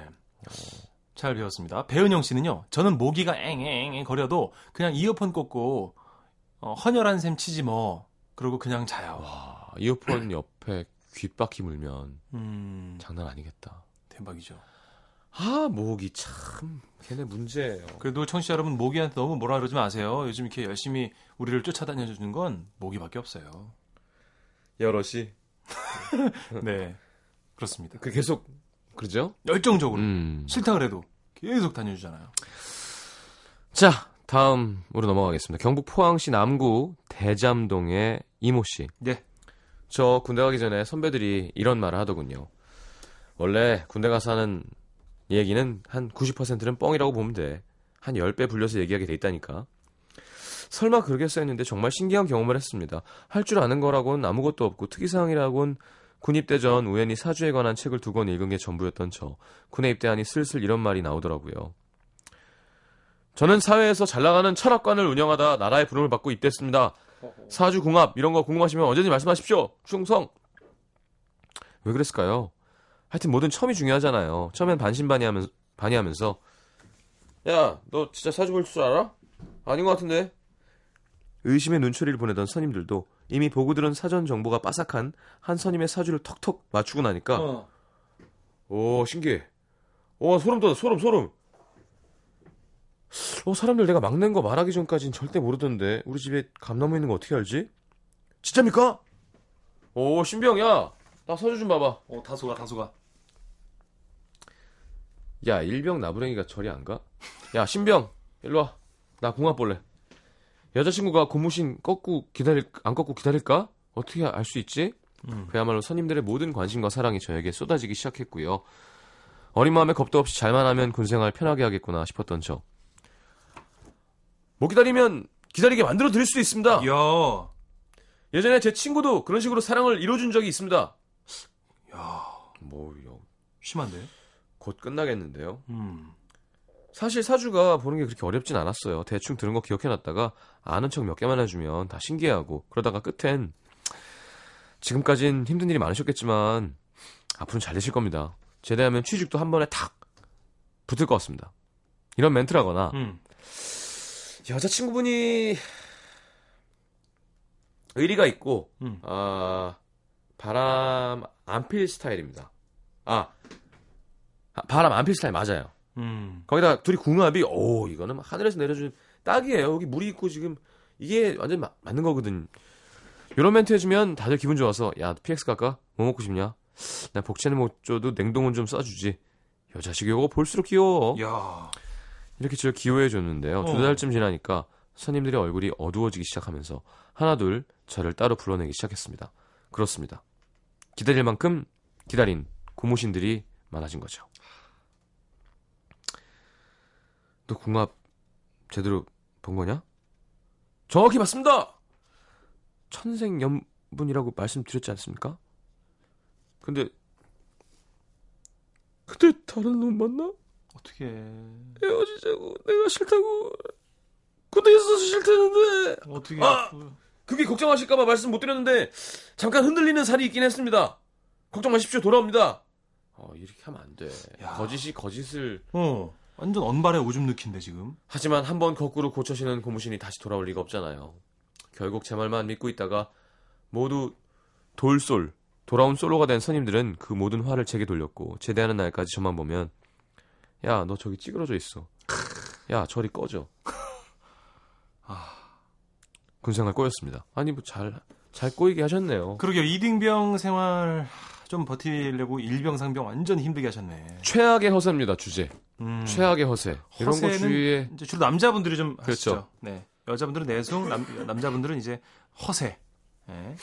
C: 잘 배웠습니다. 배은영 씨는요, 저는 모기가 앵앵앵 거려도 그냥 이어폰 꽂고, 어, 헌혈한 셈 치지 뭐. 그러고 그냥 자요.
E: 와 이어폰 옆에 귓바퀴 물면
C: 음,
E: 장난 아니겠다.
C: 대박이죠.
E: 아 목이 참 걔네 문제예요.
C: 그래도 청취자 여러분, 모기한테 너무 뭐라 그러지 마세요. 요즘 이렇게 열심히 우리를 쫓아다녀주는 건 모기밖에 없어요.
E: 여럿이
C: [LAUGHS] 네. 그렇습니다.
E: 그 계속 그러죠?
C: 열정적으로.
E: 음.
C: 싫다 그래도 계속 다녀주잖아요.
E: 자 다음으로 넘어가겠습니다. 경북 포항시 남구 대잠동의 이모 씨.
C: 네.
E: 저 군대 가기 전에 선배들이 이런 말을 하더군요. 원래 군대 가서 하는 얘기는 한 90%는 뻥이라고 보면 돼. 한 10배 불려서 얘기하게 돼 있다니까. 설마 그러겠어 했는데 정말 신기한 경험을 했습니다. 할 줄 아는 거라고는 아무것도 없고 특이사항이라고는 군 입대 전 우연히 사주에 관한 책을 두 권 읽은 게 전부였던 저. 군에 입대하니 슬슬 이런 말이 나오더라고요. 저는 사회에서 잘 나가는 철학관을 운영하다 나라의 부름을 받고 입대했습니다. 사주 궁합 이런 거 궁금하시면 언제든지 말씀하십시오. 충성. 왜 그랬을까요? 하여튼 뭐든 처음이 중요하잖아요. 처음엔 반신반의하면서 반의하면서 야, 너 진짜 사주 볼 줄 알아? 아닌 것 같은데. 의심의 눈초리를 보내던 선임들도 이미 보고 들은 사전 정보가 빠삭한 한 선임의 사주를 턱턱 맞추고 나니까
C: 어.
E: 오 신기해. 와 소름 돋아 소름 소름. 어 사람들 내가 막낸 거 말하기 전까진 절대 모르던데 우리 집에 감나무 있는 거 어떻게 알지? 진짜입니까? 오 신병야 나 서류 좀 봐봐.
C: 어, 다소가, 다소가.
E: 야 일병 나부랭이가 저리 안 가? 야 신병 일로 와. 나 궁합 볼래. 여자친구가 고무신 꺾고 기다릴 안 꺾고 기다릴까? 어떻게 알 수 있지?
C: 음.
E: 그야말로 선임들의 모든 관심과 사랑이 저에게 쏟아지기 시작했고요. 어린 마음에 겁도 없이 잘만 하면 군생활 편하게 하겠구나 싶었던 저. 못 기다리면 기다리게 만들어 드릴 수도 있습니다.
C: 야.
E: 예전에 제 친구도 그런 식으로 사랑을 이뤄준 적이 있습니다.
C: 야,
E: 뭐, 야,
C: 심한데?
E: 곧 끝나겠는데요.
C: 음.
E: 사실 사주가 보는 게 그렇게 어렵진 않았어요. 대충 들은 거 기억해놨다가 아는 척 몇 개만 해주면 다 신기해하고 그러다가 끝엔 지금까진 힘든 일이 많으셨겠지만 앞으로는 잘 되실 겁니다. 제대하면 취직도 한 번에 탁 붙을 것 같습니다. 이런 멘트라거나
C: 음.
E: 여자친구분이 의리가 있고
C: 음.
E: 아, 바람 안 필 스타일입니다. 아, 아, 바람 안 필 스타일 맞아요.
C: 음.
E: 거기다 둘이 궁합이 오 이거는 하늘에서 내려준 딱이에요. 여기 물이 있고 지금 이게 완전 마- 맞는 거거든. 요런 멘트 해주면 다들 기분 좋아서 야 PX 갈까? 뭐 먹고 싶냐? 나 복채는 못 줘도 냉동은 좀 싸주지. 여자식 이거 볼수록 귀여워.
C: 야.
E: 이렇게 저를 기호해 줬는데요. 두
C: 어.
E: 달쯤 지나니까 선임들의 얼굴이 어두워지기 시작하면서 하나둘 저를 따로 불러내기 시작했습니다. 그렇습니다. 기다릴 만큼 기다린 고무신들이 많아진 거죠. 너 궁합 제대로 본 거냐? 정확히 맞습니다. 천생연분이라고 말씀드렸지 않습니까? 근데 그때 다른 놈 만나?
C: 어떻게
E: 헤어지자고 내가 싫다고 군대 있어서 싫다는데
C: 어떻게
E: 아! 그게 걱정하실까봐 말씀 못 드렸는데 잠깐 흔들리는 살이 있긴 했습니다 걱정 마십시오 돌아옵니다 어 이렇게 하면 안돼
C: 야.
E: 거짓이 거짓을
C: 어. 완전 언발에 오줌 넣긴데 지금.
E: 하지만 한 번 거꾸로 고쳐시는 고무신이 다시 돌아올 리가 없잖아요. 결국 제 말만 믿고 있다가 모두 돌솔, 돌아온 솔로가 된 스님들은 그 모든 화를 제게 돌렸고 제대하는 날까지 저만 보면 야, 너 저기 찌그러져 있어. 야, 저리 꺼져. 아, 군생활 꼬였습니다. 아니 뭐 잘 잘 꼬이게 하셨네요.
C: 그러게요. 이등병 생활 좀 버티려고 일병상병 완전 힘들게 하셨네.
E: 최악의 허세입니다, 주제.
C: 음.
E: 최악의 허세. 이런 거
C: 허세는
E: 주위에
C: 이제 주로 남자분들이 좀 하시죠.
E: 그렇죠.
C: 네. 여자분들은 내숭, 남, 남자분들은 이제 허세. 네.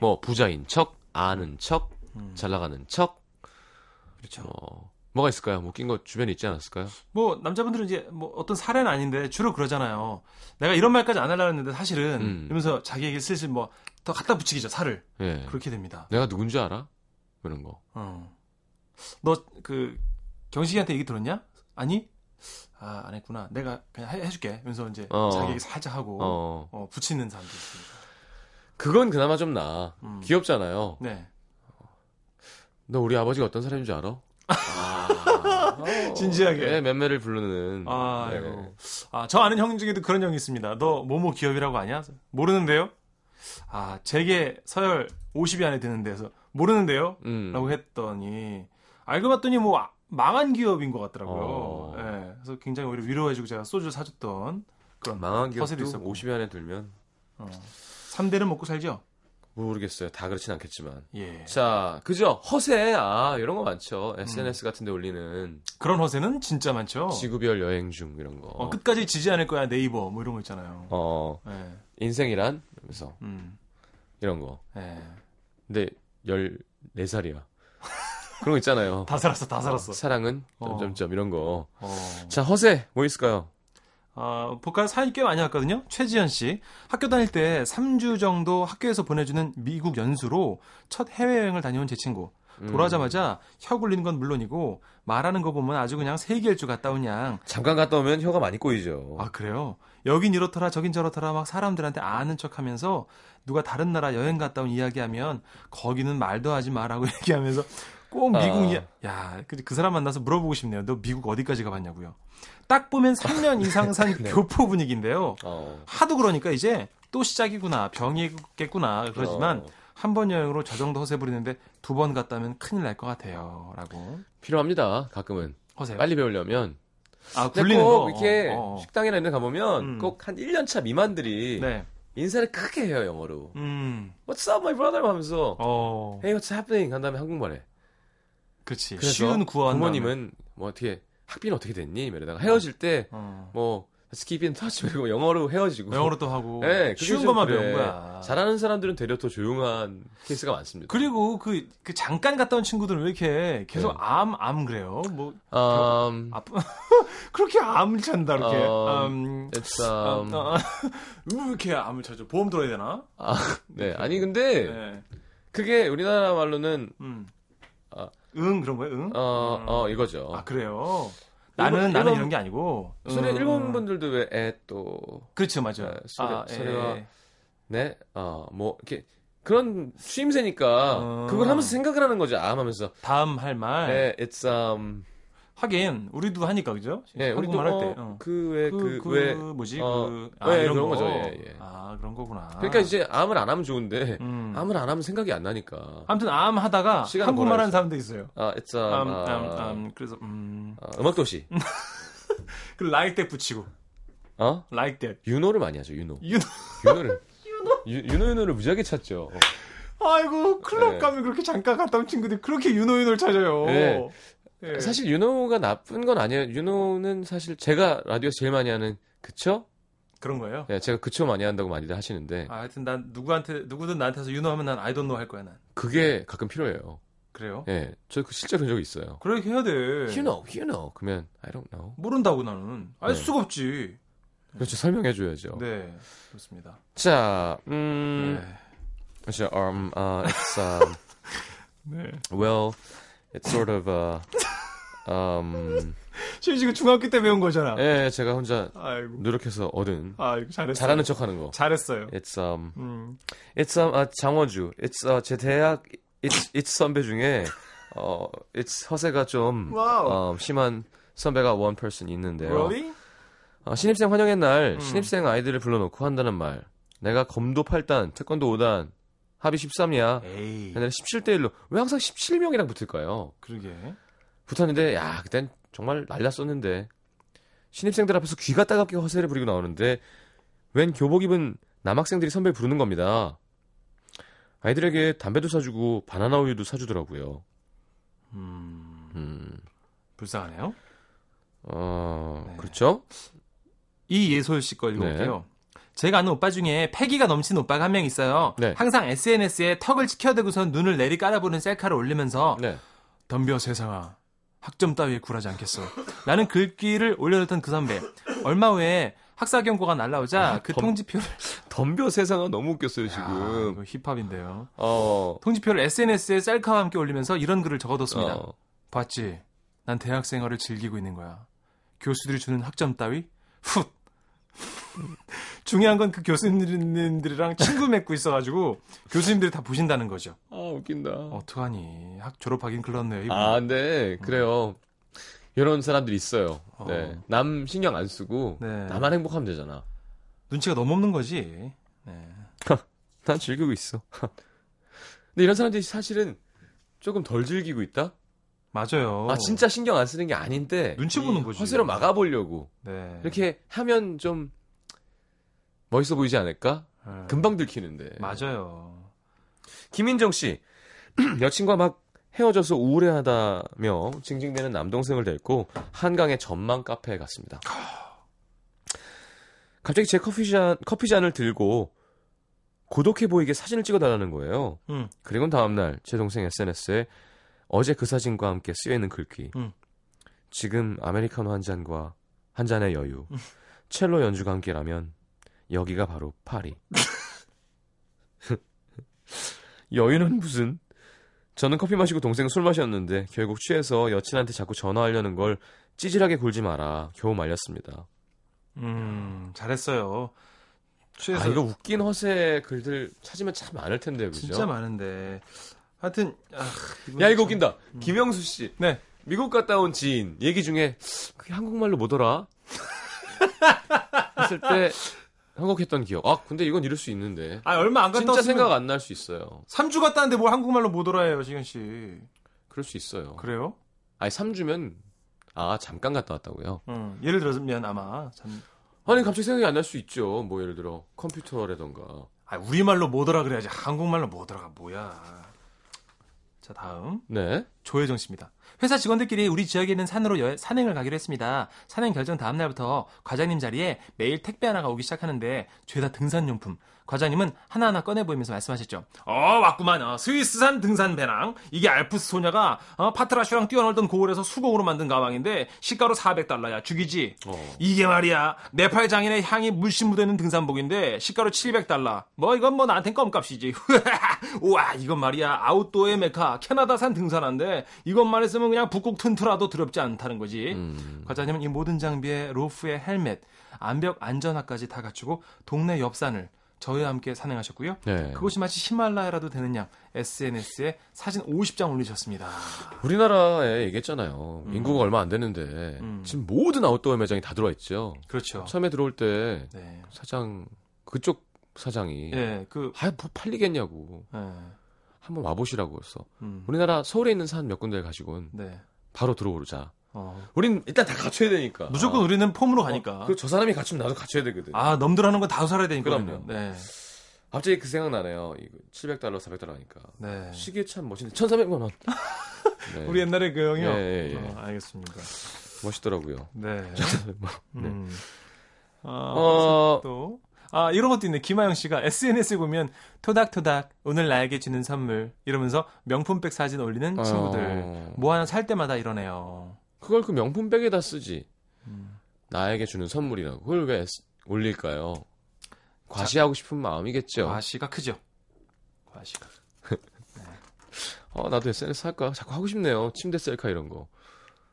E: 뭐 부자인 척, 아는 척, 잘 나가는 척,
C: 음. 그렇죠.
E: 뭐 뭐가 있을까요? 뭐 낀 거 주변에 있지 않았을까요?
C: 뭐 남자분들은 이제 뭐 어떤 사례는 아닌데 주로 그러잖아요. 내가 이런 말까지 안 하려고 했는데 사실은
E: 음.
C: 이러면서 자기에게 슬슬 뭐 더 갖다 붙이기죠 살을
E: 예.
C: 그렇게 됩니다.
E: 내가 누군지 알아? 뭐 이런 거.
C: 어. 너 그 경식이한테 얘기 들었냐? 아니? 아 안 했구나. 내가 그냥 해, 줄게 이러면서 이제
E: 어.
C: 자기에게 살짝 하고
E: 어.
C: 어, 붙이는 사람도 있습니다.
E: 그건 그나마 좀 나아.
C: 음.
E: 귀엽잖아요.
C: 네. [LAUGHS]
E: 너 우리 아버지가 어떤 사람인 줄 알아? 아.
C: 진지하게.
E: 예, 맴매를 부르는.
C: 아,
E: 네.
C: 아이고. 아, 저 아는 형 중에도 그런 형이 있습니다. 너 뭐뭐 기업이라고 아냐? 모르는데요? 아, 제게 서열 50위 안에 드는데서 모르는데요?
E: 음.
C: 라고 했더니 알고 봤더니 뭐 아- 망한 기업인 것 같더라고요.
E: 어.
C: 예, 그래서 굉장히 오히려 위로해주고 제가 소주를 사줬던 그런
E: 망한
C: 허세도 뭐.
E: 기억도
C: 있었고.
E: 50위 안에 들면
C: 3대는 먹고 살죠?
E: 모르겠어요. 다 그렇진 않겠지만.
C: 예.
E: 자, 그죠? 허세. 아, 이런 거
C: 음.
E: 많죠. SNS 같은 데 올리는
C: 그런 허세는 진짜 많죠.
E: 지구별 여행 중 이런 거.
C: 어, 끝까지 지지 않을 거야 네이버 뭐 이런 거 있잖아요.
E: 어,
C: 예,
E: 인생이란? 이러면서
C: 음,
E: 이런 거.
C: 예.
E: 근데
C: [LAUGHS]
E: 14살이야. 그런 거 있잖아요.
C: 다 살았어, 다 살았어.
E: 사랑은
C: 어.
E: 점점점 이런 거.
C: 어.
E: 자, 허세 뭐 있을까요?
C: 아, 볼까요? 사연이 꽤 많이 왔거든요. 최지현 씨. 학교 다닐 때 3주 정도 학교에서 보내주는 미국 연수로 첫 해외여행을 다녀온 제 친구. 돌아오자마자 혀 굴리는 건 물론이고 말하는 거 보면 아주 그냥 세계일주 갔다 온 양.
E: 잠깐 갔다 오면 혀가 많이 꼬이죠.
C: 아, 그래요? 여긴 이렇더라 저긴 저렇더라 막 사람들한테 아는 척하면서 누가 다른 나라 여행 갔다 온 이야기하면 거기는 말도 하지 마라고 [LAUGHS] 얘기하면서 꼭 미국
E: 아.
C: 이야 야, 그, 그 사람 만나서 물어보고 싶네요. 너 미국 어디까지 가봤냐고요. 딱 보면
E: [LAUGHS]
C: 3년 이상 산 교포 분위기인데요.
E: 네. 어.
C: 하도 그러니까 이제 또 시작이구나 병이겠구나 그러지만
E: 어.
C: 한 번 여행으로 저 정도 허세 부리는데 두 번 갔다면 큰일 날 것 같아요라고
E: 필요합니다. 가끔은 네,
C: 허세
E: 빨리 배우려면
C: 아
E: 근데
C: 굴리는 거
E: 네, 꼭 이렇게
C: 어, 어.
E: 식당이나 이런 데 가보면
C: 음.
E: 꼭 한 1년차 미만들이
C: 네
E: 인사를 크게 해요 영어로
C: 음.
E: What's up my brother 하면서
C: 어,
E: Hey what's happening 한 다음에 한국말에
C: 그렇지.
E: 그래서
C: 쉬운 구원.
E: 부모님은 뭐 어떻게 학비는 어떻게 됐니? 이러다가
C: 어.
E: 헤어질 때뭐 스킵 인 터치 이러고 영어로 헤어지고 [LAUGHS]
C: 영어로 또 하고.
E: 예, 그게
C: 쉬운
E: 좀
C: 것만
E: 그래.
C: 배운 거야.
E: 잘하는 사람들은 되려 더 조용한 케이스가 많습니다.
C: 그리고 그, 그 잠깐 갔다 온 친구들은 왜 이렇게 계속
E: 네.
C: 암, 암 그래요? 뭐,
E: 음,
C: 아프, [LAUGHS] 그렇게 암을 찬다, 이렇게.
E: 어,
C: 음,
E: it's,
C: 아,
E: um,
C: 아, [LAUGHS] 왜 이렇게 암을 쳐줘? 보험 들어야 되나?
E: 아, 네 아니 근데
C: 네.
E: 그게 우리나라 말로는
C: 음.
E: 아.
C: 응 그런 거예요? 응?
E: 어, 어 이거죠.
C: 아 그래요.
E: 일본-
C: 나는 나는
E: 일본-
C: 이런 게 아니고.
E: 소리
C: 음.
E: 일본 분들도 왜에또
C: 그렇죠 맞아. 예. 요
E: 아, 소리- 소리와- 네, 어, 뭐, 이렇게, 그런 취임새니까,
C: 어.
E: 그걸 하면서 생각을 하는 거죠. 암 하면서.
C: 다음 할 말.
E: 네, it's, um,
C: 하긴 우리도 하니까 그죠?
E: 예, 우리 또,
C: 한국말 할 때.
E: 어,
C: 어.
E: 그, 왜, 그,
C: 그, 그
E: 왜.
C: 뭐지?
E: 어,
C: 그,
E: 예, 그런 거죠. 예, 예.
C: 아 그런 거구나.
E: 그러니까 이제 암을 안 하면 좋은데,
C: 음.
E: 암을 안 하면 생각이 안 나니까.
C: 아무튼 암 하다가
E: 시간을
C: 한국말
E: 벌어야지.
C: 하는 사람도 있어요.
E: 아, it's,
C: 암,
E: um,
C: 암,
E: 아,
C: 암, 그래서 음.
E: 아, 음악도시.
C: 그 like that 붙이고
E: 어?
C: like that.
E: 윤호를 많이 하죠, 윤호.
C: You [LAUGHS]
E: 윤호를. 윤호? 윤호, 윤호를 무지하게 찾죠.
C: 아이고 클럽
E: 예.
C: 가면 그렇게 잠깐 갔다 온 친구들이 그렇게 유노윤을 찾아요.
E: 예.
C: 예.
E: 사실 윤호가 나쁜 건 아니에요. 윤호는 사실 제가 라디오에서 제일 많이 하는, 그쵸?
C: 그런 거예요.
E: 예, 제가 그쵸 많이 한다고 많이들 하시는데,
C: 아, 하여튼 난 누구한테 누구든 나한테서 유노하면 난 I don't know 할 거야 난. 네.
E: 그게 가끔 필요해요.
C: 그래요?
E: 예, 저 그 실제 그런 적이 있어요.
C: 그렇게 해야 돼.
E: You know, you know. 그러면 I don't know.
C: 모른다고 나는 알
E: 네.
C: 수가 없지.
E: 그렇죠. 설명해 줘야죠.
C: 네, 그렇습니다.
E: 자, 음,
C: 네.
E: 그렇죠. um, uh, it's um,
C: [LAUGHS] 네.
E: well, it's sort of uh, um,
C: 지금 지금 중학교 때 배운 거잖아.
E: 예, 제가 혼자
C: 아이고,
E: 노력해서 얻은
C: 아이고 잘했어.
E: 잘하는 척하는 거.
C: 잘했어요.
E: It's um,
C: 음,
E: it's um, 아, 장원주. It's uh, 제 대학 어, it's it's 선배 중에 어, it's 허세가 좀
C: 와우.
E: 어, 심한 선배가 원 person 있는데요.
C: Really?
E: 아, 신입생 환영의 날
C: 음.
E: 신입생 아이들을 불러놓고 한다는 말. 내가 검도 8단, 태권도 5단, 합이 13이야.
C: 에이.
E: 옛날에 17대 1로 왜 항상 17명이랑 붙을까요?
C: 그러게.
E: 붙었는데 야 그땐 정말 날랐었는데 신입생들 앞에서 귀가 따갑게 허세를 부리고 나오는데 웬 교복 입은 남학생들이 선배 를 부르는 겁니다. 아이들에게 담배도 사주고 바나나 우유도 사주더라고요.
C: 음,
E: 음,
C: 불쌍하네요.
E: 어,
C: 네.
E: 그렇죠?
C: 이 예솔 씨 걸 읽어볼게요. 제가 아는 오빠 중에 패기가 넘치는 오빠가 한 명 있어요.
E: 네.
C: 항상 SNS에 턱을 치켜대고선 눈을 내리 깔아보는 셀카를 올리면서
E: 네.
C: 덤벼 세상아 학점 따위에 굴하지 않겠어 라는 글귀를 올려줬던 그 선배 얼마 후에 학사 경고가 날라오자 그
E: 덤-
C: 통지표를
E: 덤벼 세상아 너무 웃겼어요
C: 아,
E: 지금.
C: 이거 힙합인데요
E: 어,
C: 통지표를 SNS에 셀카와 함께 올리면서 이런 글을 적어뒀습니다
E: 어,
C: 봤지 난 대학 생활을 즐기고 있는 거야 교수들이 주는 학점 따위 훗 [LAUGHS] 중요한 건 그 교수님들이랑 친구 맺고 있어가지고 교수님들이 다 보신다는 거죠
E: 아 웃긴다.
C: 어떡하니 학 졸업하긴 글렀네요 이분.
E: 아, 네, 그래요. 이런 사람들이 있어요.
C: 어.
E: 네, 남 신경 안 쓰고
C: 네.
E: 나만 행복하면 되잖아.
C: 눈치가 너무 없는 거지 네.
E: 난 즐기고 있어. [LAUGHS] 근데 이런 사람들이 사실은 조금 덜 즐기고 있다?
C: 맞아요.
E: 아, 진짜 신경 안 쓰는 게 아닌데.
C: 어. 눈치
E: 이
C: 보는 거지.
E: 허세로 막아보려고.
C: 네.
E: 이렇게 하면 좀 멋있어 보이지 않을까?
C: 네.
E: 금방 들키는데.
C: 맞아요.
E: 김인정 씨. [CLEARS THROAT] 여친과 막 헤어져서 우울해하다며 징징대는 남동생을 데리고 한강의 전망 카페에 갔습니다. 갑자기 제 커피잔, 커피잔을 들고 고독해 보이게 사진을 찍어달라는 거예요.
C: 응.
E: 그리고 다음날 제 동생 SNS에 어제 그 사진과 함께 쓰여있는 글귀
C: 음.
E: 지금 아메리카노 한 잔과 한 잔의 여유 첼로 연주가 함께라면 여기가 바로 파리 여유는 무슨 저는 커피 마시고 동생은 술 마셨는데 결국 취해서 여친한테 자꾸 전화하려는 걸 찌질하게 굴지 마라 겨우 말렸습니다 아,
C: 음, 잘했어요. 취해서
E: 아 이거 웃긴 허세 글들 찾으면 참 많을 텐데 그죠?
C: 진짜 많은데. 하여튼 아,
E: 야 이거 웃긴다. 김영수 씨.
C: 음. 네.
E: 미국 갔다 온 지인 얘기 중에 그게 한국말로 뭐더라? [LAUGHS] 했을 때 한국했던 기억. 아 근데 이건 이럴 수 있는데.
C: 아, 얼마 안 갔다
E: 진짜
C: 왔으면
E: 생각 안 날 수 있어요.
C: 3주 갔다 왔는데 뭘 한국말로 못 알아요, 지현 씨.
E: 그럴 수 있어요.
C: 그래요?
E: 아니 3주면 아 잠깐 갔다 왔다고요.
C: 음, 예를 들면 아마 참
E: 아니 갑자기 생각이 안 날 수 있죠. 뭐 예를 들어 컴퓨터라던가.
C: 아, 우리말로 뭐더라 그래야지. 한국말로 뭐더라가 뭐야. 자, 다음.
E: 네.
C: 조혜정 씨입니다. 회사 직원들끼리 우리 지역에 있는 산으로 여- 산행을 가기로 했습니다. 산행 결정 다음 날부터 과장님 자리에 매일 택배 하나가 오기 시작하는데 죄다 등산용품. 과장님은 하나하나 꺼내 보이면서 말씀하셨죠. 어 왔구만. 어, 스위스산 등산 배낭. 이게 알프스 소녀가 어, 파트라슈랑 뛰어놀던 고을에서 수공으로 만든 가방인데 시가로 400달러야. 죽이지.
E: 어.
C: 이게 말이야. 네팔 장인의 향이 물씬 묻어있는 등산복인데 시가로 700달러. 뭐 이건 뭐 나한텐 껌값이지. [LAUGHS] 우와 이건 말이야. 아웃도어의 메카 캐나다산 등산화인데 이것만 했으면 그냥 북극 튼트라도 두렵지 않다는 거지.
E: 음.
C: 과장님은 이 모든 장비에 로프에 헬멧, 암벽 안전화까지 다 갖추고 동네 옆산을 저희와 함께 산행하셨고요.
E: 네.
C: 그것이 마치 히말라야라도 되는 양 SNS에 사진 50장 올리셨습니다.
E: 우리나라에 얘기했잖아요. 인구가 얼마 안 되는데
C: 음.
E: 지금 모든 아웃도어 매장이 다 들어와 있죠.
C: 그렇죠.
E: 처음에 들어올 때
C: 네.
E: 사장 그쪽 사장이
C: 예, 그
E: 아뭐 팔리겠냐고
C: 예.
E: 한번 와보시라고 해서
C: 음.
E: 우리나라 서울에 있는 산 몇 군데 가시곤
C: 네.
E: 바로 들어오자
C: 어.
E: 우린 일단 다 갖춰야 되니까 아.
C: 무조건 우리는 폼으로 가니까.
E: 그저 사람이 갖추면 나도 갖춰야 되거든
C: 아, 넘들 하는 건 다 살아야 되니까.
E: 그럼요.
C: 우리는. 네.
E: 갑자기 그 생각 나네요 이거 700달러 400달러 하니까
C: 네.
E: 시계 참 멋있는데 1,400만
C: [LAUGHS]
E: 원 네,
C: 우리 옛날에 그 형이요.
E: 예, 예, 예.
C: 어, 알겠습니다.
E: 멋있더라고요
C: [LAUGHS] 네. 음. 아,
E: 어.
C: 또. 아, 이런 것도 있네. 김하영 씨가 SNS에 보면 토닥토닥 오늘 나에게 주는 선물 이러면서 명품백 사진 올리는
E: 어.
C: 친구들 뭐 하나 살 때마다 이러네요.
E: 그걸 그 명품백에다 쓰지 나에게 주는 선물이라고 그걸 왜 S- 올릴까요 과시하고 싶은 마음이겠죠
C: 과시가 크죠. 과시가. [LAUGHS]
E: 어 나도 SNS 할까 자꾸 하고 싶네요 침대 셀카 이런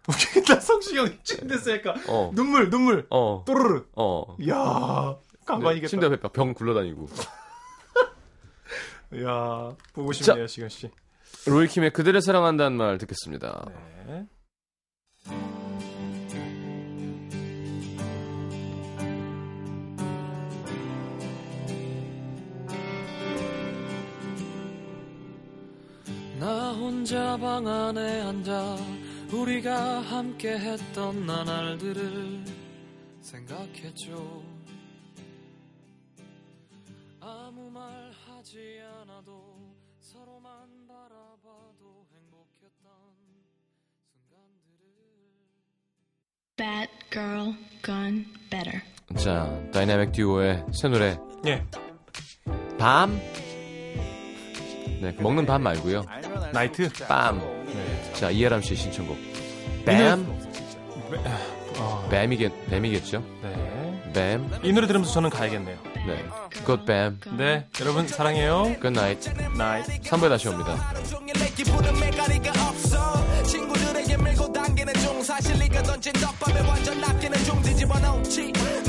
C: 웃긴다. 성시경 침대 셀까.
E: 거어어어
C: 눈물 눈물.
E: 어,
C: 또르르.
E: 어.
C: 이야.
E: 네,
C: 가만히겠다.
E: 침대 옆에 병 굴러다니고
C: 이야. 보고
E: 자.
C: 싶네요, 시경 씨.
E: 로이킴의 그대를 사랑한다는 말 듣겠습니다.
C: 네.
A: 그대를 혼자 방 안에 앉아 우리가 함께 했던 나날들을 생각했죠. 아무 말 하지 않아도 서로만 바라봐도 행복했던 순간들을
H: Bad girl gone better.
E: 자, 다이나믹 듀오의 새 노래
C: 예.
E: 밤. 네, 그 먹는 밤 말고요.
C: 나이트.
E: 빰. 자, 이해람 씨 신청곡. 뱀. 뱀이겠 뱀이겠죠?
C: 네.
E: 뱀.
C: 이 노래 들으면서 저는 가야겠네요.
E: 네. 굿뱀.
C: 네. 여러분 사랑해요.
E: 굿나잇.
C: 나이.
E: 3부에 다시 옵니다.
F: 하루 종일 내기 부른 메가리가 없어 친구들에게 밀고 당기는 중 사실 이가 던진 떡밥에 완전 낚이는 중 뒤집어 놓지